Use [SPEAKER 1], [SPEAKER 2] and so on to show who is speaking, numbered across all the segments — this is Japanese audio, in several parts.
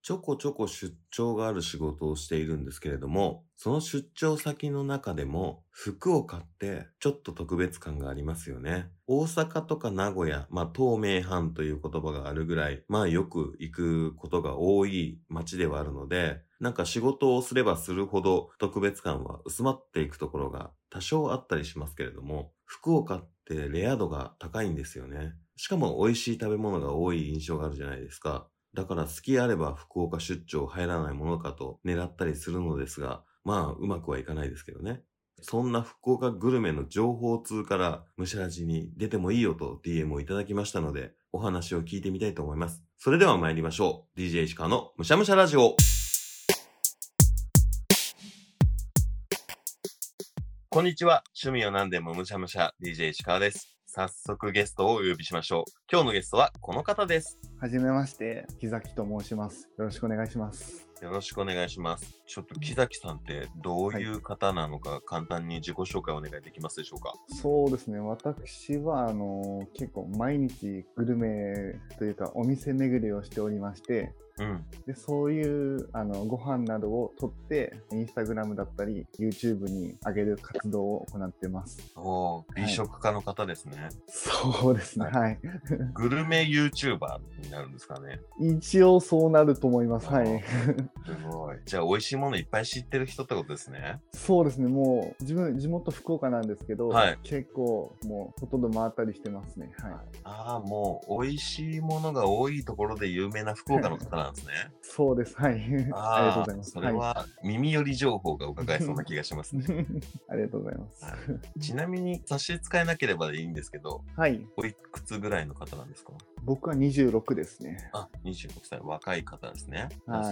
[SPEAKER 1] ちょこちょこ出張がある仕事をしているんですけれども、その出張先の中でも服を買ってちょっと特別感がありますよね。大阪とか名古屋、まあ東名阪という言葉があるぐらい、まあよく行くことが多い街ではあるので、なんか仕事をすればするほど特別感は薄まっていくところが多少あったりしますけれども、服を買ってレア度が高いんですよね。しかも美味しい食べ物が多い印象があるじゃないですか。だから好きあれば福岡出張入らないものかと狙ったりするのですが、まあうまくはいかないですけどね。そんな福岡グルメの情報通からむしゃらじに出てもいいよと DM をいただきましたので、お話を聞いてみたいと思います。それでは参りましょう。DJ 石川のむしゃむしゃラジオ。こんにちは。趣味を何でもむしゃむしゃ DJ 石川です。早速ゲストをお呼びしましょう。今日のゲストはこの方です。
[SPEAKER 2] はじめまして、木崎と申します。よろしくお願いします。
[SPEAKER 1] よろしくお願いします。ちょっと木崎さんってどういう方なのか簡単に自己紹介お願いできますでしょうか。
[SPEAKER 2] そうですね、私は、あの、結構毎日グルメというか、お店巡りをしておりまして、
[SPEAKER 1] うん。
[SPEAKER 2] でそういう、あの、ご飯などを撮って、インスタグラムだったり、YouTube に上げる活動を行ってます。
[SPEAKER 1] おー
[SPEAKER 2] い
[SPEAKER 1] 美食家の方ですね。
[SPEAKER 2] そうですね、はい。
[SPEAKER 1] グルメ YouTuber になるんですかね。
[SPEAKER 2] 一応そうなると思います。は
[SPEAKER 1] あー
[SPEAKER 2] い。
[SPEAKER 1] すごい。じゃあ美味しいものいっぱい知ってる人ってことですね。
[SPEAKER 2] そうですね、もう、自分、地元福岡なんですけど、
[SPEAKER 1] はい
[SPEAKER 2] 結構、もう、ほとんど回ったりしてますね。はい。
[SPEAKER 1] ああ、もう美味しいものが多いところで有名な福岡の方なんですね。
[SPEAKER 2] そうです、 はい。ありがとう
[SPEAKER 1] あ
[SPEAKER 2] ござい
[SPEAKER 1] あ、
[SPEAKER 2] ます。
[SPEAKER 1] それは耳寄り情報が伺えそうな気がしますね。
[SPEAKER 2] ありがとうございます。
[SPEAKER 1] ちなみに差し支えなければいいんですけど、
[SPEAKER 2] はい。
[SPEAKER 1] おいくつぐらいの方なんですか
[SPEAKER 2] 僕は26ですね。
[SPEAKER 1] あ、26歳、若い方ですね。その
[SPEAKER 2] は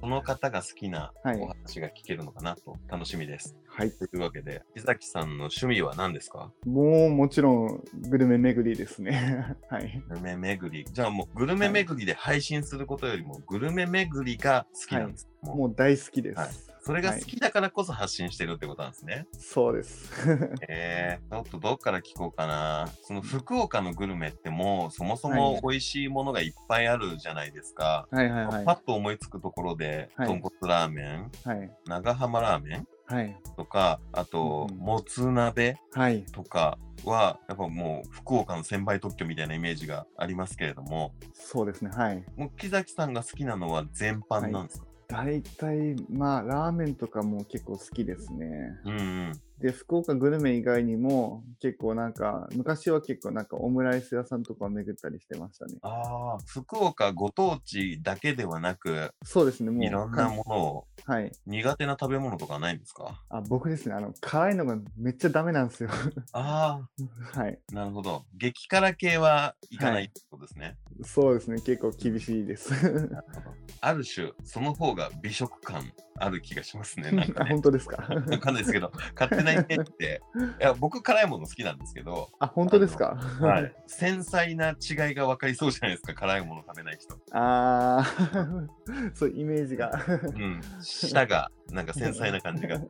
[SPEAKER 1] その方が好きな
[SPEAKER 2] はい
[SPEAKER 1] お話が聞けるのかなと楽しみです。
[SPEAKER 2] い。はい。
[SPEAKER 1] というわけで、木崎さんの趣味は何ですか
[SPEAKER 2] もうもちろんグルメ巡りですね。 はい。
[SPEAKER 1] グルメ巡り。じゃあもうグルメ巡りで配信することよりも、グルメ巡りが好きなんです。もう
[SPEAKER 2] もう大好きです。
[SPEAKER 1] はいそれが好きだからこそ発信してるってことなんですね。
[SPEAKER 2] そうです。
[SPEAKER 1] えー、ちょっとどっから聞こうかな。その福岡のグルメってもうそもそも美味しいものがいっぱいあるじゃないですか。
[SPEAKER 2] はいはいはい。
[SPEAKER 1] パ
[SPEAKER 2] は
[SPEAKER 1] ッと思いつくところで、
[SPEAKER 2] はい
[SPEAKER 1] 豚骨ラーメン、
[SPEAKER 2] い。
[SPEAKER 1] 長浜ラーメン
[SPEAKER 2] はい。
[SPEAKER 1] とかあと、
[SPEAKER 2] うんうん
[SPEAKER 1] もつ鍋
[SPEAKER 2] はい。
[SPEAKER 1] とかはやっぱもう福岡の専売特許みたいなイメージがありますけれども
[SPEAKER 2] そうですね。はい。
[SPEAKER 1] もう木崎さんが好きなのは全般なんですか、
[SPEAKER 2] 大体、まあ、ラーメンとかも結構好きですね。
[SPEAKER 1] うんうん
[SPEAKER 2] で、福岡グルメ以外にも、結構なんか、昔は結構なんかオムライス屋さんとかを巡ったりしてましたね。
[SPEAKER 1] ああ福岡ご当地だけではなく
[SPEAKER 2] そうですね、もう。
[SPEAKER 1] いろんなものを
[SPEAKER 2] はい。
[SPEAKER 1] 苦手な食べ物とかないんですか
[SPEAKER 2] あ僕ですね、あの、辛いのがめっちゃダメなんですよ。
[SPEAKER 1] あ
[SPEAKER 2] はい。
[SPEAKER 1] あなるほど激辛系はいかないってことですね、
[SPEAKER 2] そうですね、結構厳しいです。
[SPEAKER 1] なるほどある種その方が美食感ある気がし ますねなんか
[SPEAKER 2] あ、
[SPEAKER 1] ね
[SPEAKER 2] 本当で すか
[SPEAKER 1] わかんないですけど、勝手なイメージで、いや僕、辛いもの好きなんですけど、
[SPEAKER 2] あ、本当ですか
[SPEAKER 1] はい、繊細な違いが分かりそうじゃないですか、辛いもの食べない人。
[SPEAKER 2] あー、 そう、イメージが。
[SPEAKER 1] うん、舌がなんか繊細な感じ が。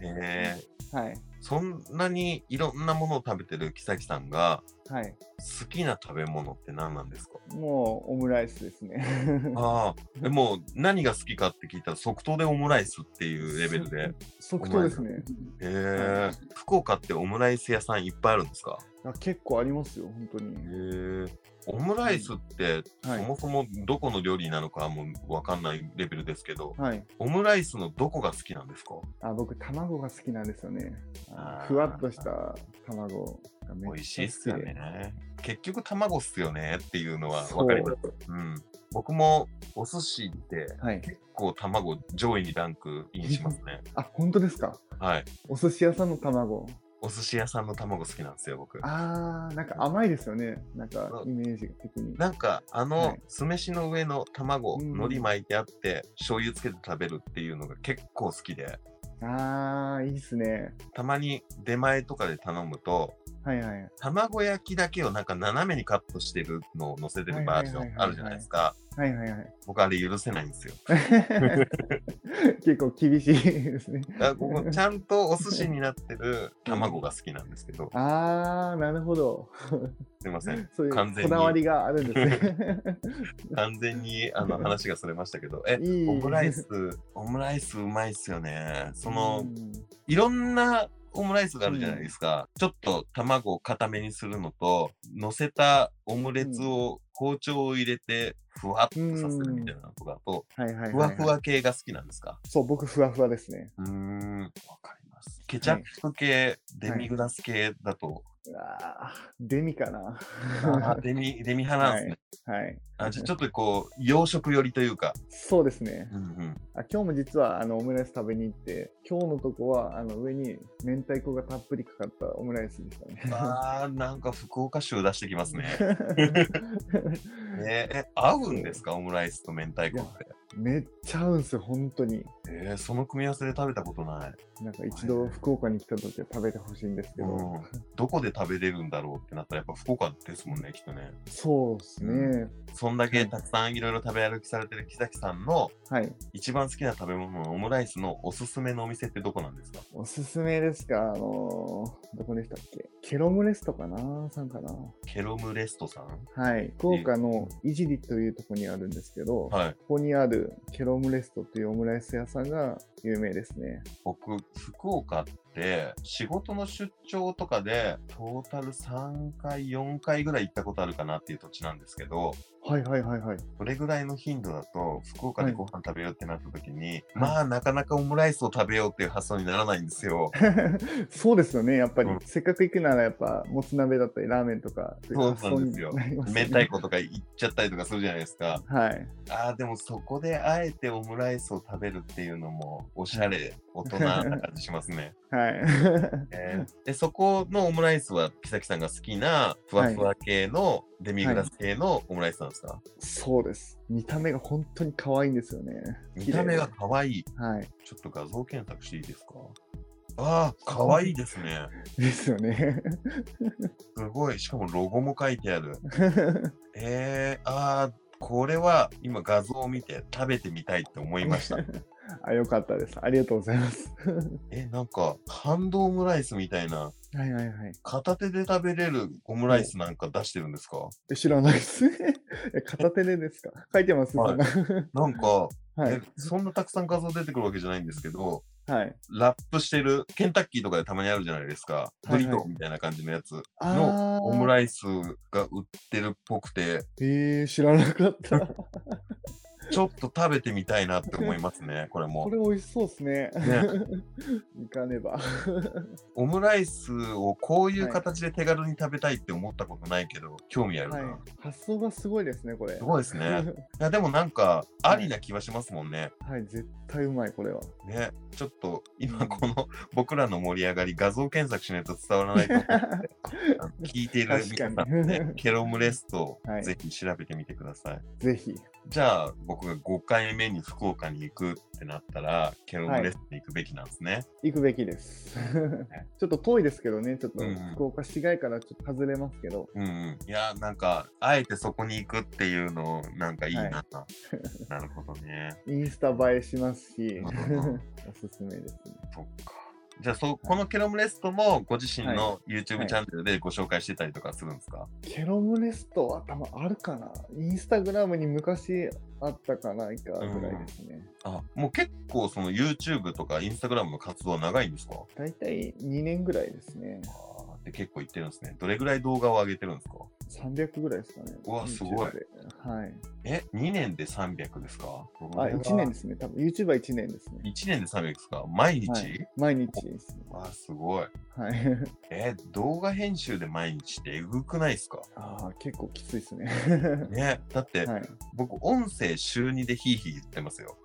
[SPEAKER 1] えー、
[SPEAKER 2] はい。
[SPEAKER 1] そんなにいろんなものを食べてる木崎さんが、
[SPEAKER 2] はい。
[SPEAKER 1] 好きな食べ物って何なんですか
[SPEAKER 2] もう、オムライスですね。
[SPEAKER 1] ああ、でも何が好きかって聞いたら即答でオムライスっていうレベル で。
[SPEAKER 2] 即答ですね。
[SPEAKER 1] えー、福岡ってオムライス屋さんいっぱいあるんですか
[SPEAKER 2] あ結構ありますよ、本当に。
[SPEAKER 1] へえオムライスって、
[SPEAKER 2] はい
[SPEAKER 1] そもそもどこの料理なのかもわかんないレベルですけど、
[SPEAKER 2] はい。
[SPEAKER 1] オムライスのどこが好きなんですか
[SPEAKER 2] あ、僕、卵が好きなんですよね。あ
[SPEAKER 1] あー
[SPEAKER 2] ふわっとした卵がめ
[SPEAKER 1] 美
[SPEAKER 2] っちゃ好きで。
[SPEAKER 1] 味しいっすよね。結局卵っすよねっていうのは
[SPEAKER 2] そう。
[SPEAKER 1] わかります。うん、僕もお寿司って
[SPEAKER 2] はい。
[SPEAKER 1] 結構卵上位にランクインしますね。
[SPEAKER 2] あ、本当ですか
[SPEAKER 1] はい。
[SPEAKER 2] お寿司屋さんの卵。
[SPEAKER 1] お寿司屋さんの卵好きなんですよ、僕。
[SPEAKER 2] あー、なんか甘いですよね。なんかイメージ的に。
[SPEAKER 1] なんかあ
[SPEAKER 2] は
[SPEAKER 1] の
[SPEAKER 2] い
[SPEAKER 1] 酢飯の上の卵、
[SPEAKER 2] うん
[SPEAKER 1] 海苔巻いてあって醤油つけて食べるっていうのが結構好きで
[SPEAKER 2] あー、いいっすね。
[SPEAKER 1] たまに出前とかで頼むと
[SPEAKER 2] はいはい。
[SPEAKER 1] 卵焼きだけをなんか斜めにカットしてるのを乗せてるバージョンあるじゃないですか。
[SPEAKER 2] はいは いはい。
[SPEAKER 1] 僕あれ許せないんですよ。
[SPEAKER 2] 結構厳しいですね。
[SPEAKER 1] あここちゃんとお寿司になってる卵が好きなんですけど、
[SPEAKER 2] あー、なるほど。
[SPEAKER 1] すいません。
[SPEAKER 2] そういう
[SPEAKER 1] 完全
[SPEAKER 2] こ
[SPEAKER 1] に
[SPEAKER 2] だわりがあるんですね。
[SPEAKER 1] 完全にあの話がそれましたけど、え、
[SPEAKER 2] いい
[SPEAKER 1] オムライス、オムライスうまいっすよね。 その、
[SPEAKER 2] うん
[SPEAKER 1] いろんなオムライスがあるじゃないですか。ちょっと卵を固めにするのと、乗せたオムレツを包丁を入れて、ふわっとさせるみたいなのとかと、
[SPEAKER 2] はいはいはいはい、
[SPEAKER 1] ふわふわ系が好きなんですか
[SPEAKER 2] そう、僕、ふわふわですね。
[SPEAKER 1] うーん、わかります。ケチャップ系、デミグラス系だと、
[SPEAKER 2] あーデミかな。
[SPEAKER 1] あデ ミ、デミ派なんですね。
[SPEAKER 2] はい。
[SPEAKER 1] あじゃあちょっとこう、洋食寄りというか。
[SPEAKER 2] そうですね。
[SPEAKER 1] うんうん
[SPEAKER 2] あ今日も実はあのオムライス食べに行って、今日のとこはあの上に明太子がたっぷりかかったオムライスでしたね。
[SPEAKER 1] あーなんか福岡州出してきます ね。ねえ、合うんですかオムライスと明太子って。
[SPEAKER 2] めっちゃ合うんですよ、本当に。
[SPEAKER 1] えー、その組み合わせで食べたことない。
[SPEAKER 2] なんか一度福岡に来た時は食べてほしいんですけど、
[SPEAKER 1] うん、どこで食べれるんだろうってなったらやっぱ福岡ですもんねきっとね
[SPEAKER 2] そうですね、
[SPEAKER 1] そんだけたくさんいろいろ食べ歩きされてる木崎さんの
[SPEAKER 2] はい。
[SPEAKER 1] 一番好きな食べ物のオムライスのおすすめのお店ってどこなんですか
[SPEAKER 2] おすすめですかあのーどこでしたっけケロムレストかなさんかな
[SPEAKER 1] ケロムレストさん
[SPEAKER 2] はい。福岡のいじりというとこにあるんですけど、
[SPEAKER 1] はい
[SPEAKER 2] ここにあるケロムレストというオムライス屋さんが有名ですね。
[SPEAKER 1] 僕福岡って仕事の出張とかでトータル3回4回ぐらい行ったことあるかなっていう土地なんですけど
[SPEAKER 2] はいはいはいはい。
[SPEAKER 1] それぐらいの頻度だと福岡で
[SPEAKER 2] はい
[SPEAKER 1] ご飯食べようってなった時に、まあなかなかオムライスを食べようっていう発想にならないんです よ。
[SPEAKER 2] そうですよね、やっぱり。
[SPEAKER 1] うん
[SPEAKER 2] せっかく行くなら、やっぱ、もつ鍋だったり、ラーメンとか、
[SPEAKER 1] そうなんですよ
[SPEAKER 2] 発想になります
[SPEAKER 1] 明
[SPEAKER 2] ね
[SPEAKER 1] 太子とか行っちゃったりとかするじゃないですか。
[SPEAKER 2] はい。
[SPEAKER 1] ああ、でもそこであえてオムライスを食べるっていうのもおしゃれ、大人な感じしますね。
[SPEAKER 2] はい。
[SPEAKER 1] えーで、そこのオムライスは、木崎さんが好きな、ふわふわ系の、デミグラス系のオムライスなんですか、
[SPEAKER 2] そうです。見た目が本当に可愛いんですよね。
[SPEAKER 1] 見た目が可愛い。
[SPEAKER 2] はい。
[SPEAKER 1] ちょっと画像検索していいですかああ、可愛いですね。
[SPEAKER 2] ですよ ね。
[SPEAKER 1] すごい。しかもロゴも書いてある。えー、ああ、これは今画像を見て食べてみたいって思いました。
[SPEAKER 2] あ、よかったです。ありがとうございます。
[SPEAKER 1] え、なんか、ハンドオムライスみたいな、
[SPEAKER 2] はいはいはい。
[SPEAKER 1] 片手で食べれるオムライスなんか出してるんですか
[SPEAKER 2] え知らないです。 え片手でですか書いてます、
[SPEAKER 1] はい
[SPEAKER 2] そんな
[SPEAKER 1] なんか、
[SPEAKER 2] は
[SPEAKER 1] え
[SPEAKER 2] い。
[SPEAKER 1] そんなたくさん画像出てくるわけじゃないんですけど、
[SPEAKER 2] はい。
[SPEAKER 1] ラップしてる、ケンタッキーとかでたまにあるじゃないですか、
[SPEAKER 2] い
[SPEAKER 1] ブ
[SPEAKER 2] はい
[SPEAKER 1] リトーみたいな感じのやつ
[SPEAKER 2] あー
[SPEAKER 1] のオムライスが売ってるっぽくて、
[SPEAKER 2] えー、知らな かった。
[SPEAKER 1] ちょっと食べてみたいなって思います ね、これも
[SPEAKER 2] こ。れ美味しそうですね。
[SPEAKER 1] ね、
[SPEAKER 2] 行かねば。
[SPEAKER 1] オムライスをこういう
[SPEAKER 2] はい
[SPEAKER 1] 形で手軽に食べたいって思ったことないけど、興味あるな。
[SPEAKER 2] はい。発想がすごいですね、これ。
[SPEAKER 1] すごいですね。いや、でもなんか、ありな気はしますもんね。
[SPEAKER 2] はい、絶対うまい、これは。
[SPEAKER 1] ね、ちょっと今この僕らの盛り上がり画像検索しないと伝わらないと思うあの 聞いている
[SPEAKER 2] 確
[SPEAKER 1] 皆
[SPEAKER 2] かに
[SPEAKER 1] さんもねケロムレスト
[SPEAKER 2] はい
[SPEAKER 1] ぜひ調べてみてください、
[SPEAKER 2] ぜひ。
[SPEAKER 1] じゃあ僕が5回目に福岡に行くってなったらケロムレストに行くべきなんですね、
[SPEAKER 2] 行くべきです。 ちょっと遠いですけどね、ちょっと
[SPEAKER 1] うん
[SPEAKER 2] 福岡市街からちょっと外れますけど、
[SPEAKER 1] うんうんいやなんかあえてそこに行くっていうのなんかいいな、
[SPEAKER 2] は
[SPEAKER 1] なるほどね
[SPEAKER 2] インスタ映えしますし、 おすすめですね。
[SPEAKER 1] そっかじゃあそこのケロムレストもご自身の YouTube チャンネルでご紹介してたりとかするんですか、
[SPEAKER 2] ケロムレストは多分あるかなインスタグラムに昔あったかないかぐらいですね。
[SPEAKER 1] あもう結構その YouTube とか Instagram の活動は長いんですか
[SPEAKER 2] 大体2年ぐらいですね。
[SPEAKER 1] で結構言ってるんですね。どれぐらい動画を上げてるんですか
[SPEAKER 2] 300ぐらいですかね。
[SPEAKER 1] うわすごい
[SPEAKER 2] YouTube ではい。
[SPEAKER 1] え ?2 年で300ですか。
[SPEAKER 2] あ、1年ですすね。多分 YouTube は1年ですね。
[SPEAKER 1] 1年で300ですか毎日、
[SPEAKER 2] はい、毎日ですね。
[SPEAKER 1] わあ、すごい。
[SPEAKER 2] はい。
[SPEAKER 1] え、動画編集で毎日ってえぐくないですか
[SPEAKER 2] ああ、結構きついですね。
[SPEAKER 1] ね。だって、
[SPEAKER 2] はい。
[SPEAKER 1] 僕、音声週2でヒーヒー言ってますよ。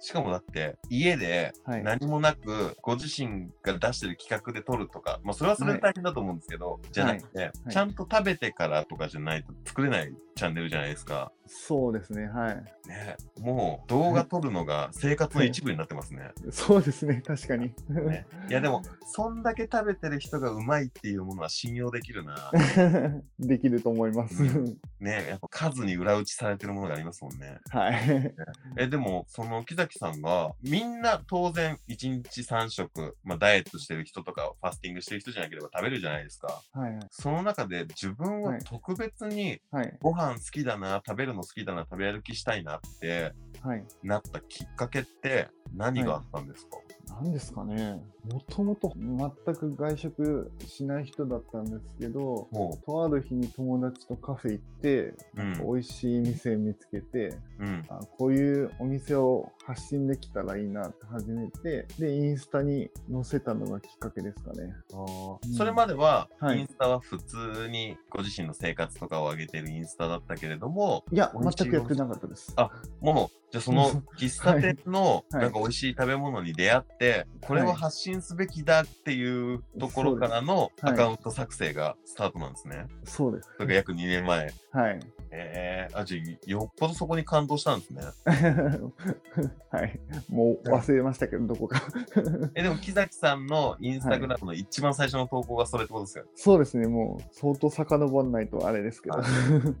[SPEAKER 1] しかもだって、家で
[SPEAKER 2] はい
[SPEAKER 1] 何もなく、ご自身が出してる企画で撮るとか、まあ、それはそれで大変だと思うんですけど、じゃなくて、ちゃんと食べてからとかじゃないと作れないチャンネルじゃないですか。
[SPEAKER 2] そうですね。はい。
[SPEAKER 1] ね、もう動画撮るのが生活の一部になってますね。
[SPEAKER 2] そうですね、確かに。
[SPEAKER 1] ねいやでも、そんだけ食べてる人がうまいっていうものは信用できるな。
[SPEAKER 2] できると思います。
[SPEAKER 1] ねやっぱ数に裏打ちされてるものがありますもんね。
[SPEAKER 2] はい。
[SPEAKER 1] え、でも、その木崎さんが、みんな当然1日3食、まあダイエットしてる人とか、ファスティングしてる人じゃなければ食べるじゃないですか。
[SPEAKER 2] はい。
[SPEAKER 1] その中で自分は
[SPEAKER 2] はい
[SPEAKER 1] 特別に
[SPEAKER 2] はい。
[SPEAKER 1] ご飯好きだな、食べるの好きだな、食べ歩きしたいなって
[SPEAKER 2] はい。
[SPEAKER 1] なったきっかけって何があったんですか、
[SPEAKER 2] なんですかね。もともと全く外食しない人だったんですけど、
[SPEAKER 1] も
[SPEAKER 2] とある日に友達とカフェ行って、
[SPEAKER 1] う、うん、
[SPEAKER 2] 美味しい店見つけて、
[SPEAKER 1] うん、
[SPEAKER 2] あこういうお店を発信できたらいいなって始めて、で、インスタに載せたのがきっかけですかね。うん
[SPEAKER 1] それまでは、
[SPEAKER 2] はい
[SPEAKER 1] インスタは普通にご自身の生活とかを上げてるインスタだったけれども、
[SPEAKER 2] いや、
[SPEAKER 1] 美味しい
[SPEAKER 2] 全くやってなかったです。
[SPEAKER 1] あもう、じゃあその喫茶店の
[SPEAKER 2] はい
[SPEAKER 1] なんか美味しい食べ物に出会って、これを発信すべきだっていうところからの
[SPEAKER 2] はい
[SPEAKER 1] アカウント作成がスタートなんですね。
[SPEAKER 2] そうです。
[SPEAKER 1] それが約2年前。
[SPEAKER 2] はい。
[SPEAKER 1] えー、あ、じゃあよっぽどそこに感動したんですね。
[SPEAKER 2] はい。もう忘れましたけど、どこか。
[SPEAKER 1] え、でも木崎さんのインスタグラムの一番最初の投稿がそれってことですよね。
[SPEAKER 2] そうですね、もう相当遡らないとあれですけど。
[SPEAKER 1] は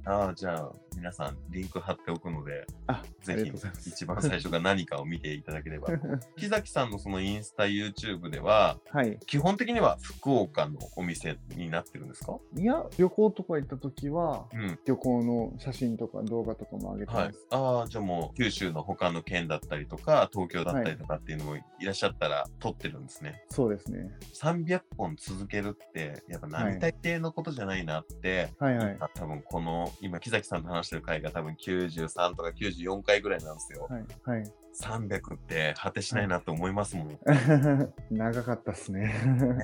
[SPEAKER 2] あ
[SPEAKER 1] ああ、じゃあ皆さんリンク貼っておくので、
[SPEAKER 2] あり
[SPEAKER 1] ぜ
[SPEAKER 2] がとう
[SPEAKER 1] ひ
[SPEAKER 2] ございます。
[SPEAKER 1] 一番最初が何かを見ていただけ れば。木崎さんのそのインスタ、YouTube では、
[SPEAKER 2] はい。
[SPEAKER 1] 基本的には福岡のお店になってるんですか
[SPEAKER 2] いや、旅行とか行った時は、
[SPEAKER 1] うん。
[SPEAKER 2] 旅行の写真とか動画とかも上げて
[SPEAKER 1] はい
[SPEAKER 2] ます。。
[SPEAKER 1] ああ、じゃあもう九州の他の県だったりとか、東京だったりとかっていうのもいらっしゃったら撮ってるんですね。
[SPEAKER 2] そうですね。
[SPEAKER 1] 300本続けるって、やっぱ並大抵のことじゃないなって、
[SPEAKER 2] はいはい。
[SPEAKER 1] 今多分この、今木崎さんと話してる回が多分93とか94回ぐらいなんですよ。
[SPEAKER 2] はい。はい。
[SPEAKER 1] 300って果てしないなって思いますもん。
[SPEAKER 2] 長かったっすね。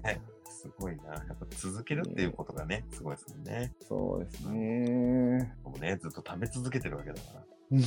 [SPEAKER 1] ねすごいな。やっぱ続けるっていうことがね、すごいですもんね。
[SPEAKER 2] そうですね。
[SPEAKER 1] もうね、ずっと食べ続けてるわけだから。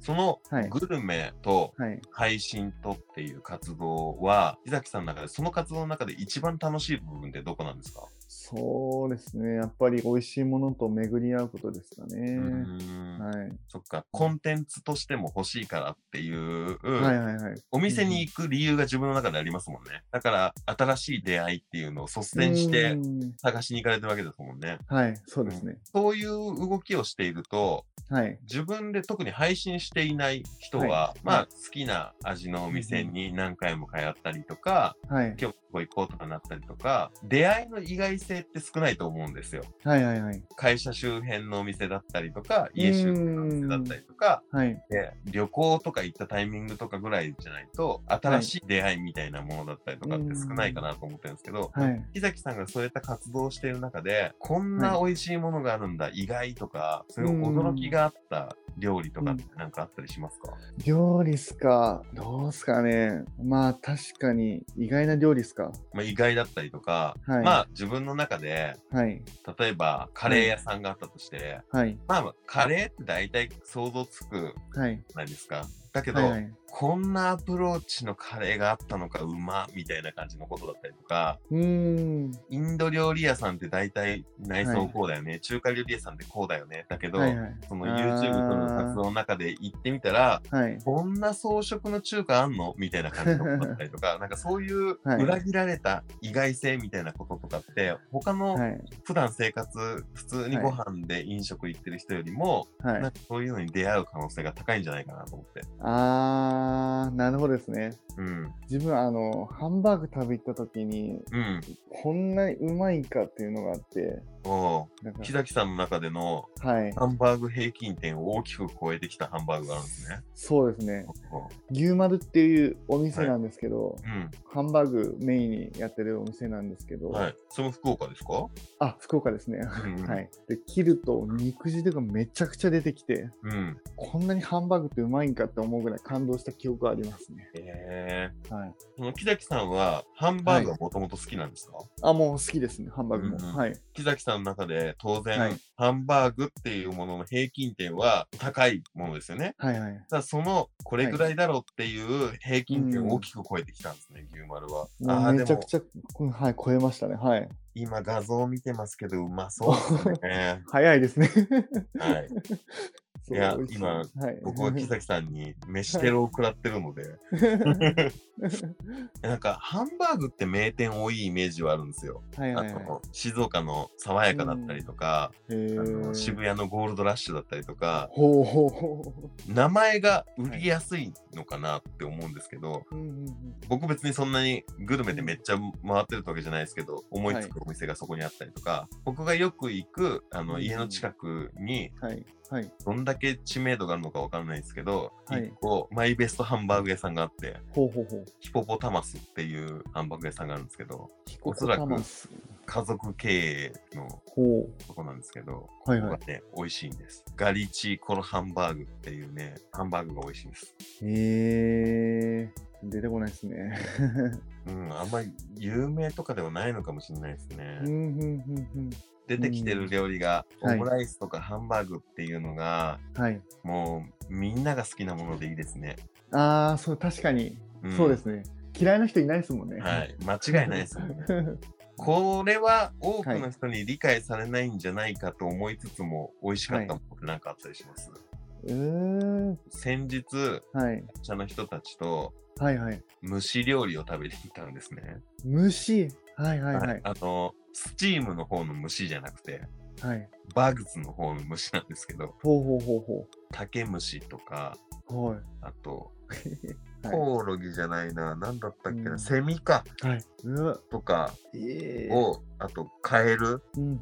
[SPEAKER 1] その
[SPEAKER 2] はい
[SPEAKER 1] グルメと
[SPEAKER 2] はい。
[SPEAKER 1] 配信とっていう活動は、伊崎さんの中で、その活動の中で一番楽しい部分ってどこなんですか、
[SPEAKER 2] そうですね。やっぱり美味しいものと巡り合うことですかね。
[SPEAKER 1] うーん
[SPEAKER 2] はい。
[SPEAKER 1] そっか、コンテンツとしても欲しいからっていう、
[SPEAKER 2] はいはいはい。
[SPEAKER 1] お店に行く理由が自分の中でありますもんね。だから、新しい出会いっていうのを率先して
[SPEAKER 2] うん
[SPEAKER 1] 探しに行かれてるわけですもんね。
[SPEAKER 2] はい、そうですね。
[SPEAKER 1] そういう動きをしていると、
[SPEAKER 2] はい。
[SPEAKER 1] 自分で特に配信していない人は、
[SPEAKER 2] はい
[SPEAKER 1] まあ、
[SPEAKER 2] は
[SPEAKER 1] 好きな味のお店に何回も通ったりとか、
[SPEAKER 2] はい。
[SPEAKER 1] 今日ここ行こうとかなったりとか、出会いの意外性って少ないと思うんですよ。
[SPEAKER 2] はいはいはい。
[SPEAKER 1] 会社周辺のお店だったりとか、家周辺のお店だったりとか、
[SPEAKER 2] はい。
[SPEAKER 1] で旅行とか行ったタイミングとかぐらいじゃないと、新しい出会いみたいなものだったりとかって少ないかなと思ってるんですけど、
[SPEAKER 2] はい。
[SPEAKER 1] 木崎さんがそういった活動をしている中で、こんな美味しいものがあるんだ、意外とか、そういう驚きがあった料理とかってなんかあったりしますか、
[SPEAKER 2] 料理っすか。どうっすかね。まあ、確かに意外な料理っすか。
[SPEAKER 1] まあ、意外だったりとか、
[SPEAKER 2] はい
[SPEAKER 1] まあ自分の中で、
[SPEAKER 2] はい。
[SPEAKER 1] 例えばカレー屋さんがあったとして、
[SPEAKER 2] はい。
[SPEAKER 1] まあまあ、カレーって大体想像つく
[SPEAKER 2] はい。
[SPEAKER 1] じゃないですか。だけど、
[SPEAKER 2] はいはい。
[SPEAKER 1] こんなアプローチのカレーがあったのか、うまみたいな感じのことだったりとか、
[SPEAKER 2] うーん。
[SPEAKER 1] インド料理屋さんって大体内装こうだよね、中華料理屋さんってこうだよね。だけど、
[SPEAKER 2] はいはい。
[SPEAKER 1] その YouTube との活動の中で行ってみたら、
[SPEAKER 2] はい。
[SPEAKER 1] こんな装飾の中華あんのみたいな感じのことだったりと か、なんかそういう
[SPEAKER 2] はい
[SPEAKER 1] 裏切られた意外性みたいなこととかって、他の
[SPEAKER 2] はい。
[SPEAKER 1] 普段生活、普通にご飯で飲食行ってる人よりも、
[SPEAKER 2] は
[SPEAKER 1] なん
[SPEAKER 2] い。
[SPEAKER 1] かそういうのに出会う可能性が高いんじゃないかなと思って。
[SPEAKER 2] あー、なるほどですね。
[SPEAKER 1] うん。
[SPEAKER 2] 自分、あの、ハンバーグ食べ行った時に、
[SPEAKER 1] うん。
[SPEAKER 2] こんなにうまいかっていうのがあって、
[SPEAKER 1] おう
[SPEAKER 2] なんか
[SPEAKER 1] 木崎さんの中での
[SPEAKER 2] はい。
[SPEAKER 1] ハンバーグ平均点を大きく超えてきたハンバーグがあるんですね。
[SPEAKER 2] そうですね。
[SPEAKER 1] おう
[SPEAKER 2] 牛丸っていうお店なんですけど、
[SPEAKER 1] うん。
[SPEAKER 2] ハンバーグメインにやってるお店なんですけど、
[SPEAKER 1] はい。それも福岡ですか
[SPEAKER 2] あ、福岡ですね。
[SPEAKER 1] うん
[SPEAKER 2] はい。で、切ると肉汁がめちゃくちゃ出てきて、
[SPEAKER 1] うん。
[SPEAKER 2] こんなにハンバーグってうまいんかって思うぐらい感動した記憶がありますね。
[SPEAKER 1] えー、
[SPEAKER 2] はい。
[SPEAKER 1] その木崎さんはハンバーグはもともと好きなんですか、
[SPEAKER 2] あ、もう好きですね、ハンバーグも。
[SPEAKER 1] うんうん
[SPEAKER 2] はい。
[SPEAKER 1] 木崎さんの中で当然、
[SPEAKER 2] はい
[SPEAKER 1] ハンバーグっていうものの平均点は高いものですよね。
[SPEAKER 2] はいはい。
[SPEAKER 1] ただそのこれぐらいだろうっていう平均点を大きく超えてきたんですね、牛丸は。ああ、
[SPEAKER 2] めち
[SPEAKER 1] で
[SPEAKER 2] ゃ
[SPEAKER 1] も
[SPEAKER 2] くちゃ、うんはい、超えましたね。はい。
[SPEAKER 1] 今
[SPEAKER 2] 。
[SPEAKER 1] 画像を見てますけどうまそうですね
[SPEAKER 2] 早いですね。
[SPEAKER 1] はい。
[SPEAKER 2] そう
[SPEAKER 1] いや
[SPEAKER 2] 美味しそう
[SPEAKER 1] 今
[SPEAKER 2] はい、
[SPEAKER 1] 僕は木崎さんに飯テロを食らってるので、なんかハンバーグって名店多いイメージはあるんですよ。
[SPEAKER 2] はい
[SPEAKER 1] あ
[SPEAKER 2] はいはい
[SPEAKER 1] と、静岡の爽やかだったりとか、
[SPEAKER 2] へ
[SPEAKER 1] あの
[SPEAKER 2] ー
[SPEAKER 1] 渋谷のゴールドラッシュだったりとか、
[SPEAKER 2] ほうほうほ
[SPEAKER 1] 名前が売りやすいのかなって思うんですけど、
[SPEAKER 2] う。うんうんうん
[SPEAKER 1] 僕別にそんなにグルメでめっちゃ回ってるってわけじゃないですけど、思いつくお店がそこにあったりとか、僕がよく行くあ
[SPEAKER 2] う
[SPEAKER 1] の
[SPEAKER 2] ん
[SPEAKER 1] 家の近くに、
[SPEAKER 2] はいはい。
[SPEAKER 1] どんだけ知名度があるのかわかんないですけど、
[SPEAKER 2] はい
[SPEAKER 1] 一個マイベストハンバーグ屋さんがあって、
[SPEAKER 2] ほうほうほう。
[SPEAKER 1] ヒポポタマスっていうハンバーグ屋さんがあるんですけど、
[SPEAKER 2] ヒ
[SPEAKER 1] おそらく家族経営の
[SPEAKER 2] ほ
[SPEAKER 1] とこなんですけど、
[SPEAKER 2] う。はい
[SPEAKER 1] ここ
[SPEAKER 2] は
[SPEAKER 1] がね、美味しいんです。ガリチーコロハンバーグっていうね、ハンバーグが美味しいんです。
[SPEAKER 2] い。へえ。出てこないですね。
[SPEAKER 1] うん、あんまり有名とかではないのかもしれないです
[SPEAKER 2] うんう
[SPEAKER 1] ね。
[SPEAKER 2] んうん
[SPEAKER 1] 出てきてる料理が、
[SPEAKER 2] うん
[SPEAKER 1] オムライスとかハンバーグっていうのが、
[SPEAKER 2] うん。はい。
[SPEAKER 1] もうみんなが好きなものでいいですね。
[SPEAKER 2] ああ、そう、確かに、
[SPEAKER 1] ん
[SPEAKER 2] そうですね。嫌いな人いないですもんね。
[SPEAKER 1] はい、間違いないですも んね。これは多くの人に理解されないんじゃないかと思いつつも、美味しかったものってなんかあったりします、
[SPEAKER 2] うーん。
[SPEAKER 1] 先日、
[SPEAKER 2] はい。
[SPEAKER 1] 会社の人たちと
[SPEAKER 2] はいはい。
[SPEAKER 1] 蒸し料理を食べに行ったんですね。
[SPEAKER 2] 虫。はいはいはい。
[SPEAKER 1] あの、スチームの方の蒸しじゃなくて、
[SPEAKER 2] はい。
[SPEAKER 1] バグツの方の蒸しなんですけど、
[SPEAKER 2] ほうほうほうほ
[SPEAKER 1] 竹虫とか、
[SPEAKER 2] う。はい。
[SPEAKER 1] あと、
[SPEAKER 2] は
[SPEAKER 1] コオロギじゃないな、なんだったっけな、
[SPEAKER 2] うん
[SPEAKER 1] セミか
[SPEAKER 2] い。はい。うわ。
[SPEAKER 1] とか
[SPEAKER 2] ええ。
[SPEAKER 1] を、あとカエル
[SPEAKER 2] うん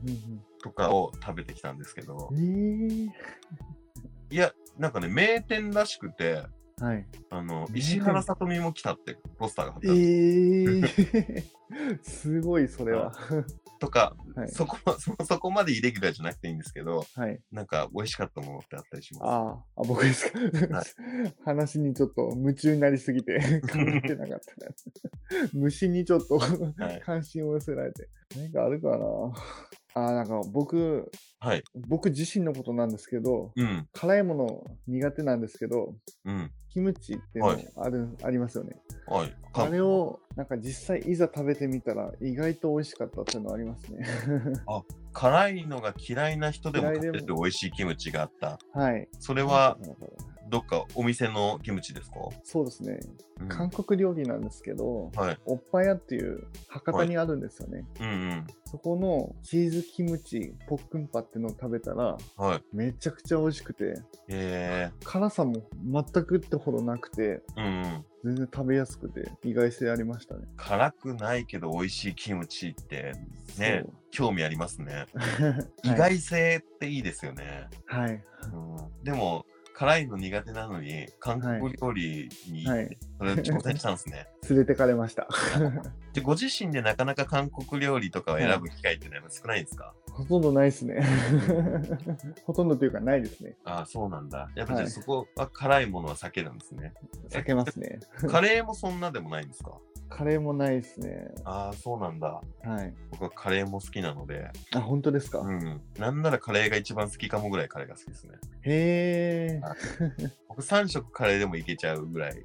[SPEAKER 1] とかを食べてきたんですけど
[SPEAKER 2] うんう、ん。え
[SPEAKER 1] いや、なんかね、名店らしくて、
[SPEAKER 2] え。はい。
[SPEAKER 1] あの
[SPEAKER 2] 名、店
[SPEAKER 1] 石原さとみも来たってポスターが貼ってある
[SPEAKER 2] ええ すごいそれは。
[SPEAKER 1] とか、
[SPEAKER 2] はい。
[SPEAKER 1] そこ そ、そこまでイレギュラーじゃなくていいんですけど、
[SPEAKER 2] はい、
[SPEAKER 1] なんか美味しかったものってあったりします。
[SPEAKER 2] ああ、僕ですか、
[SPEAKER 1] はい
[SPEAKER 2] 話にちょっと夢中になりすぎて 考えてなかった。 虫にちょっと
[SPEAKER 1] い
[SPEAKER 2] 関心を寄せられて。何かあるかなああ、なんか僕、
[SPEAKER 1] はい。
[SPEAKER 2] 僕自身のことなんですけど、
[SPEAKER 1] うん。
[SPEAKER 2] 辛いもの苦手なんですけど、
[SPEAKER 1] うん。
[SPEAKER 2] キムチっていうの
[SPEAKER 1] はい
[SPEAKER 2] ある、ありますよね。
[SPEAKER 1] はい。か
[SPEAKER 2] あれを、なんか実際いざ食べてみたら意外と美味しかったっていうのはありますね。
[SPEAKER 1] 辛いのが嫌いな人でも
[SPEAKER 2] 嫌い
[SPEAKER 1] 食
[SPEAKER 2] で
[SPEAKER 1] べ
[SPEAKER 2] も
[SPEAKER 1] て美味しいキムチがあった。
[SPEAKER 2] はい。
[SPEAKER 1] それは
[SPEAKER 2] なんだろうな
[SPEAKER 1] どっかお店のキムチですか、
[SPEAKER 2] そうですね。
[SPEAKER 1] うん
[SPEAKER 2] 韓国料理なんですけど、
[SPEAKER 1] はい。
[SPEAKER 2] おっぱ屋っていう博多にあるんですよね。
[SPEAKER 1] うんうん。
[SPEAKER 2] そこのチーズキムチポックンパってのを食べたら、
[SPEAKER 1] はい。
[SPEAKER 2] めちゃくちゃ美味しくて、
[SPEAKER 1] え
[SPEAKER 2] 辛さも全くってほどなくて、
[SPEAKER 1] ー、うんうん。
[SPEAKER 2] 全然食べやすくて、意外性ありましたね。
[SPEAKER 1] 辛くないけど美味しいキムチってね
[SPEAKER 2] そう、
[SPEAKER 1] 興味ありますね。 意
[SPEAKER 2] はい、
[SPEAKER 1] 外性っていいですよね。
[SPEAKER 2] はい。
[SPEAKER 1] うん、でも、辛いの苦手なのに、韓国料理に
[SPEAKER 2] はい。
[SPEAKER 1] それ挑戦したんですね。
[SPEAKER 2] 連れてかれました。
[SPEAKER 1] でご自身でなかなか韓国料理とかを選ぶ機会ってのは少ないんですか、
[SPEAKER 2] ほとんどないですね。 ほとんどというかないですね。
[SPEAKER 1] ああ、そうなんだ。やっぱじゃ
[SPEAKER 2] は
[SPEAKER 1] あ
[SPEAKER 2] い
[SPEAKER 1] そこは辛いものは避けるんです ね。
[SPEAKER 2] 避けますね。
[SPEAKER 1] カレーもそんなでもないんですか
[SPEAKER 2] カレーもないですね。
[SPEAKER 1] ああ、そうなんだ。
[SPEAKER 2] はい。
[SPEAKER 1] 僕はカレーも好きなので、
[SPEAKER 2] あ、本当ですか、
[SPEAKER 1] うん。なんならカレーが一番好きかもぐらいカレーが好きですね。
[SPEAKER 2] へえ。
[SPEAKER 1] 僕3食カレーでもいけちゃうぐら い。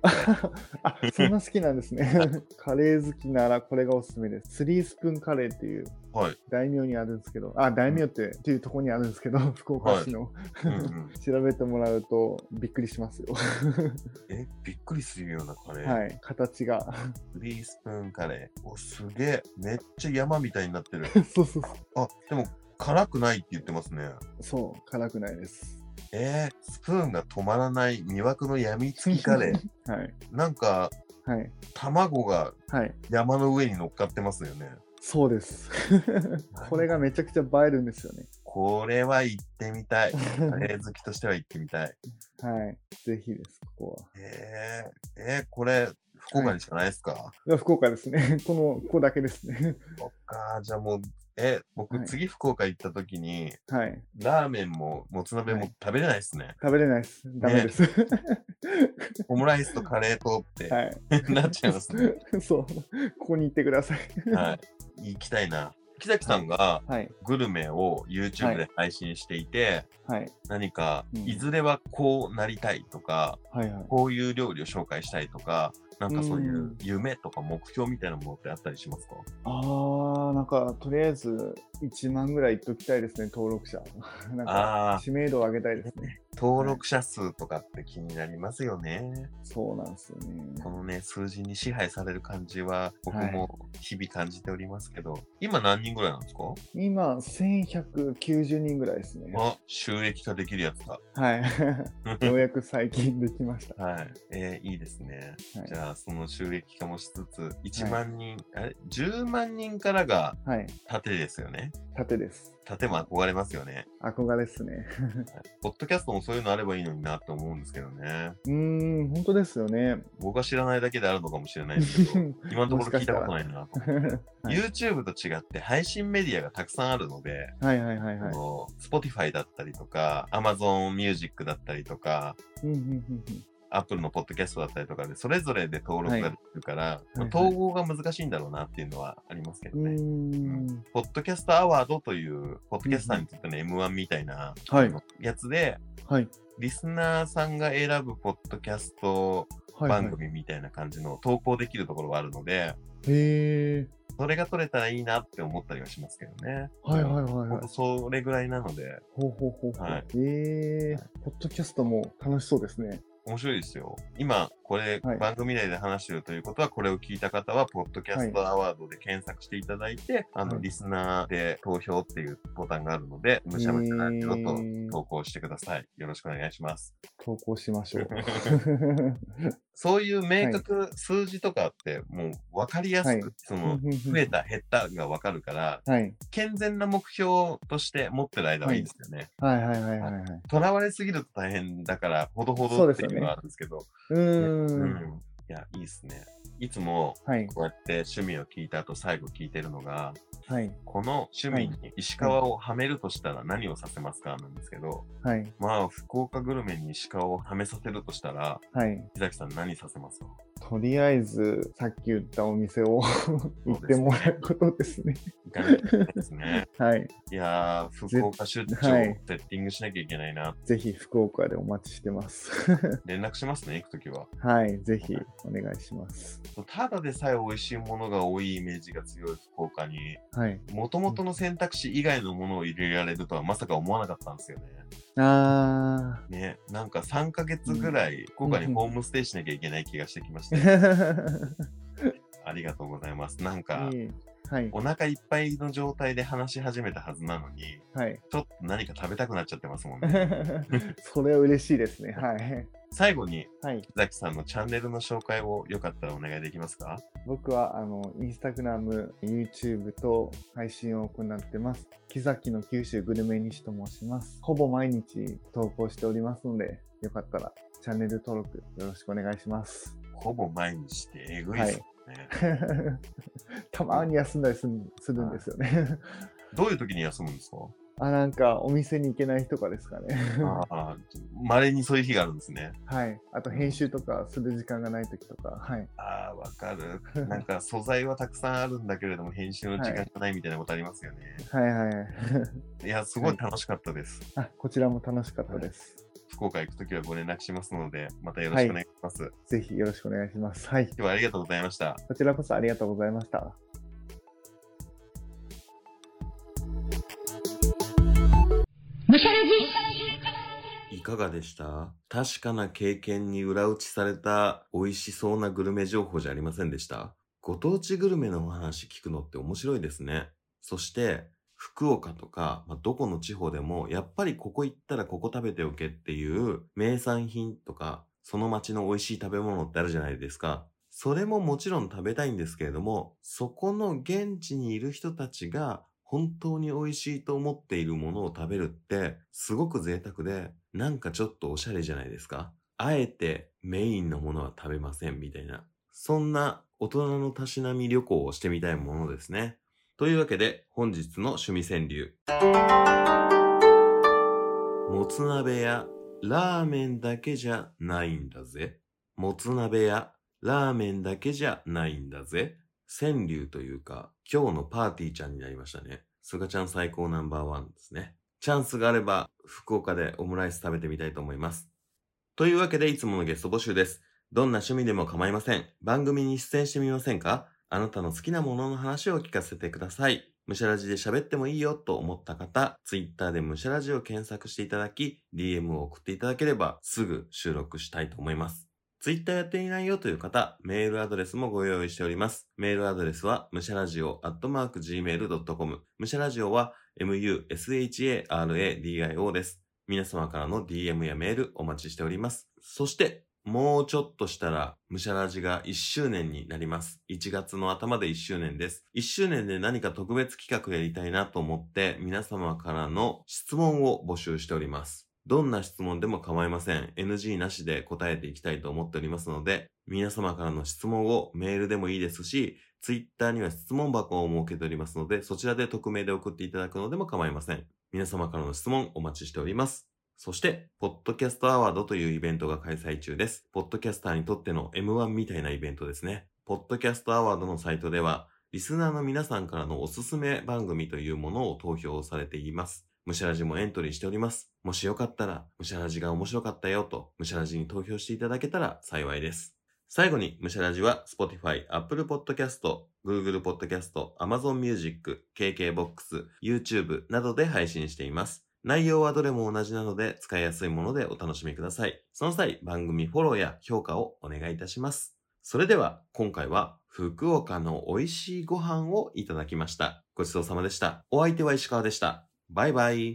[SPEAKER 2] あ、そんな好きなんですね。 カレー好きならこれがおすすめです。スリースプーンカレーっていう
[SPEAKER 1] はい。
[SPEAKER 2] 大名にあるんですけど、あ、大名って、っていうとこにあるんですけど、福岡市の。
[SPEAKER 1] うんうん、
[SPEAKER 2] 調べてもらうとびっくりしますよ。
[SPEAKER 1] え、びっくりするようなカレー。
[SPEAKER 2] はい。形が。
[SPEAKER 1] フリースプーンカレー。お、すげえ。めっちゃ山みたいになって る。
[SPEAKER 2] そうそうそう。
[SPEAKER 1] あ、でも辛くないって言ってますね。
[SPEAKER 2] そう、辛くないです。
[SPEAKER 1] えー、スプーンが止まらない魅惑のやみつきカレ ー。
[SPEAKER 2] はい。
[SPEAKER 1] なんか
[SPEAKER 2] はい。
[SPEAKER 1] 卵が
[SPEAKER 2] はい。
[SPEAKER 1] 山の上に乗っかってますよね。
[SPEAKER 2] そう です。これがめちゃくちゃ映えるんですよね。
[SPEAKER 1] これは行ってみたい。カレー好きとしては行ってみたい。
[SPEAKER 2] はい。ぜひです、ここは。
[SPEAKER 1] えー、えーこれ福岡にしかないですか、
[SPEAKER 2] いや福岡ですね。この、ここだけですね。
[SPEAKER 1] そっか、じゃあもう、え、僕
[SPEAKER 2] はい
[SPEAKER 1] 次福岡行った時に、
[SPEAKER 2] はい。
[SPEAKER 1] ラーメンももつ鍋
[SPEAKER 2] は
[SPEAKER 1] も
[SPEAKER 2] い
[SPEAKER 1] 食べれないですね。
[SPEAKER 2] 食べれないです。ダメです。
[SPEAKER 1] オムライスとカレーとって、
[SPEAKER 2] はい。
[SPEAKER 1] なっちゃいますね。
[SPEAKER 2] そう。ここに行ってください。
[SPEAKER 1] はい。行きたいな。木崎さんが
[SPEAKER 2] はい。
[SPEAKER 1] グルメを YouTube で配信していて、
[SPEAKER 2] はい。
[SPEAKER 1] 何か、
[SPEAKER 2] うん
[SPEAKER 1] いずれはこうなりたいとか、
[SPEAKER 2] はいはい。
[SPEAKER 1] こういう料理を紹介したいとか、なんかそういううん夢とか目標みたいなものってあったりしますか、
[SPEAKER 2] あー、なんか、とりあえず1万ぐらいいっときたいですね、登録者。なんか、
[SPEAKER 1] ああ、
[SPEAKER 2] 知名度を上げたいですね。
[SPEAKER 1] 登録者数とかって気になりますよね。
[SPEAKER 2] そうなんですよね。
[SPEAKER 1] このね、数字に支配される感じは、僕
[SPEAKER 2] はい
[SPEAKER 1] も日々感じておりますけど、今何人ぐらいなんですか
[SPEAKER 2] 今、1190人ぐらいですね。
[SPEAKER 1] あ、収益化できるやつだ。
[SPEAKER 2] はい。ようやく最近できました。
[SPEAKER 1] はい。えーいいですね。
[SPEAKER 2] はい
[SPEAKER 1] じゃあ、その収益化もしつつ、1万人、あれ ?10 万人からが
[SPEAKER 2] はい。
[SPEAKER 1] 縦ですよね。
[SPEAKER 2] 縦です。
[SPEAKER 1] 縦も憧れますよね。
[SPEAKER 2] 憧れっすね。
[SPEAKER 1] ポッドキャストもそういうのあればいいのになって思うんですけどね。
[SPEAKER 2] うーん、本当ですよね。、
[SPEAKER 1] 僕は知らないだけであるのかもしれないですけど 今のところ聞いたことないな。
[SPEAKER 2] はい
[SPEAKER 1] YouTube と違って配信メディアがたくさんあるので、
[SPEAKER 2] はいはいはい
[SPEAKER 1] あ
[SPEAKER 2] はい。
[SPEAKER 1] の Spotify だったりとか、Amazon Music だったりとか、
[SPEAKER 2] うんうんうんうん
[SPEAKER 1] アップルのポッドキャストだったりとかで、それぞれで登録ができるから、まあ
[SPEAKER 2] はいはい
[SPEAKER 1] 統合が難しいんだろうなっていうのはありますけど
[SPEAKER 2] う
[SPEAKER 1] ね。
[SPEAKER 2] ーん。
[SPEAKER 1] ポッドキャストアワードという、ポッドキャスターにとっての M1 みたいな
[SPEAKER 2] はい
[SPEAKER 1] やつで、
[SPEAKER 2] はい。
[SPEAKER 1] リスナーさんが選ぶポッドキャスト
[SPEAKER 2] はい、はい
[SPEAKER 1] 番。組みたいな感じの投稿できるところはあるので、
[SPEAKER 2] へえ。
[SPEAKER 1] それが取れたらいいなって思ったりはしますけどね。
[SPEAKER 2] はいはいはい
[SPEAKER 1] ほ
[SPEAKER 2] は
[SPEAKER 1] ん
[SPEAKER 2] い
[SPEAKER 1] と。それぐらいなので、
[SPEAKER 2] ほうほうほうほう。
[SPEAKER 1] はい
[SPEAKER 2] ええポッドキャストも楽しそうですね。
[SPEAKER 1] 面白いですよ。今、これ、
[SPEAKER 2] はい
[SPEAKER 1] 番組内で話してるということは、これを聞いた方は、ポッドキャストアワードで検索していただいて、あの、
[SPEAKER 2] はい
[SPEAKER 1] リスナーで投票っていうボタンがあるので、むしゃむしゃラジオ
[SPEAKER 2] え
[SPEAKER 1] と
[SPEAKER 2] ー
[SPEAKER 1] 投稿してください。よろしくお願いします。
[SPEAKER 2] 投稿しましょ う。
[SPEAKER 1] そういう明確数字とかって、もう分かりやす
[SPEAKER 2] はい
[SPEAKER 1] く、その、増えた、減ったが分かるから、
[SPEAKER 2] はい。
[SPEAKER 1] 健全な目標として持ってる間はいいですよね。
[SPEAKER 2] はいはいはいはいはい。
[SPEAKER 1] とらわれすぎると大変だから、ほどほ
[SPEAKER 2] そう
[SPEAKER 1] ど
[SPEAKER 2] で
[SPEAKER 1] っ
[SPEAKER 2] す
[SPEAKER 1] てい
[SPEAKER 2] よね
[SPEAKER 1] うのはあるんですけど、
[SPEAKER 2] うー。
[SPEAKER 1] うんんいや、いいですね。いつも
[SPEAKER 2] はい。
[SPEAKER 1] こうやって趣味を聞いた後最後聞いてるのが、
[SPEAKER 2] はい。
[SPEAKER 1] この趣味に石川をはめるとしたら何をさせますかなんですけど、
[SPEAKER 2] はい。
[SPEAKER 1] まあ、福岡グルメに石川をはめさせるとしたら、
[SPEAKER 2] はい。
[SPEAKER 1] 木崎さん何させますか
[SPEAKER 2] とりあえず、さっき言ったお店を 行ってもらうことですね。
[SPEAKER 1] いかないといけないですね。
[SPEAKER 2] はい。
[SPEAKER 1] いやー、
[SPEAKER 2] ぜ
[SPEAKER 1] 福岡出張
[SPEAKER 2] は
[SPEAKER 1] を
[SPEAKER 2] い
[SPEAKER 1] セッティングしなきゃいけないな。
[SPEAKER 2] ぜひ福岡でお待ちしてます。
[SPEAKER 1] 連絡しますね、行くときは。
[SPEAKER 2] はい。ぜひお願いします。
[SPEAKER 1] ただでさえ美味しいものが多いイメージが強い福岡に、
[SPEAKER 2] はい。
[SPEAKER 1] もともとの選択肢以外のものを入れられるとはまさか思わなかったんですよね。
[SPEAKER 2] あ
[SPEAKER 1] ね、なんか3ヶ月ぐらい、福岡にホームステイしなきゃいけない気がしてきま した。
[SPEAKER 2] ー。
[SPEAKER 1] ありがとうございます。なんか、
[SPEAKER 2] いいはい。
[SPEAKER 1] お腹いっぱいの状態で話し始めたはずなのに、
[SPEAKER 2] はい。
[SPEAKER 1] ちょっと何か食べたくなっちゃってますもん ね。
[SPEAKER 2] それは嬉しいですね。はい。
[SPEAKER 1] 最後に、
[SPEAKER 2] はい。
[SPEAKER 1] ザキさんのチャンネルの紹介をよかったらお願いできますか
[SPEAKER 2] 僕は、あの、インスタグラム、YouTube と配信を行ってます。木崎の九州グルメ西と申します。ほぼ毎日投稿しておりますので、よかったらチャンネル登録よろしくお願いします。
[SPEAKER 1] ほぼ毎日でえぐいですね。
[SPEAKER 2] たまに休んだりすんするんですよね。
[SPEAKER 1] どういう時に休むんですか
[SPEAKER 2] あ、なんかお店に行けない日とかですかね。
[SPEAKER 1] ああ、稀にそういう日があるんですね。
[SPEAKER 2] はい。あと編集とかする時間がない時とか。はい。
[SPEAKER 1] ああ、わかる。なんか素材はたくさんあるんだけれども、編集の時間がないみたいなことありますよね。
[SPEAKER 2] はいはい。
[SPEAKER 1] いや、すごい楽しかったです。
[SPEAKER 2] あ、こちらも楽しかったです。
[SPEAKER 1] 福岡行くときはご連絡しますので、またよろしくお願いします。
[SPEAKER 2] ぜひよろしくお願いします。はい。
[SPEAKER 1] 今日はありがとうございました。
[SPEAKER 2] こちらこそありがとうございました。
[SPEAKER 3] むしゃらじ
[SPEAKER 1] いかがでした確かな経験に裏打ちされた美味しそうなグルメ情報じゃありませんでしたご当地グルメのお話聞くのって面白いですね。そして、福岡とか、まあ、どこの地方でも、やっぱりここ行ったらここ食べておけっていう名産品とか、その町の美味しい食べ物ってあるじゃないですか。それももちろん食べたいんですけれども、そこの現地にいる人たちが本当に美味しいと思っているものを食べるって、すごく贅沢で、なんかちょっとおしゃれじゃないですか。あえてメインのものは食べませんみたいな。そんな大人のたしなみ旅行をしてみたいものですね。というわけで、本日の趣味川柳。もつ鍋やラーメンだけじゃないんだぜ。もつ鍋やラーメンだけじゃないんだぜ。川柳というか、今日のパーティーちゃんになりましたね。すがちゃん最高ナンバーワンですね。チャンスがあれば、福岡でオムライス食べてみたいと思います。というわけで、いつものゲスト募集です。どんな趣味でも構いません。番組に出演してみませんかあなたの好きなものの話を聞かせてください。むしゃらじで喋ってもいいよと思った方、Twitter でむしゃらじを検索していただき、DM を送っていただければすぐ収録したいと思います。Twitter やっていないよという方、メールアドレスもご用意しております。メールアドレスは、むしゃらじお gmail.com。むしゃらじおは、musharadio です。皆様からの DM やメールお待ちしております。そして、もうちょっとしたら、むしゃらじが1周年になります。1月の頭で1周年です。1周年で何か特別企画やりたいなと思って、皆様からの質問を募集しております。どんな質問でも構いません。NG なしで答えていきたいと思っておりますので、皆様からの質問をメールでもいいですし、Twitter には質問箱を設けておりますので、そちらで匿名で送っていただくのでも構いません。皆様からの質問お待ちしております。そして、ポッドキャストアワードというイベントが開催中です。ポッドキャスターにとっての M1 みたいなイベントですね。ポッドキャストアワードのサイトでは、リスナーの皆さんからのおすすめ番組というものを投票されています。むしゃらじもエントリーしております。もしよかったら、むしゃらじが面白かったよと、むしゃらじに投票していただけたら幸いです。最後に、むしゃらじは、Spotify、Apple Podcast、Google Podcast、Amazon Music、KKBOX、YouTube などで配信しています。内容はどれも同じなので、使いやすいものでお楽しみください。その際、番組フォローや評価をお願いいたします。それでは、今回は、福岡の美味しいご飯をいただきました。ごちそうさまでした。お相手は石川でした。バイバイ。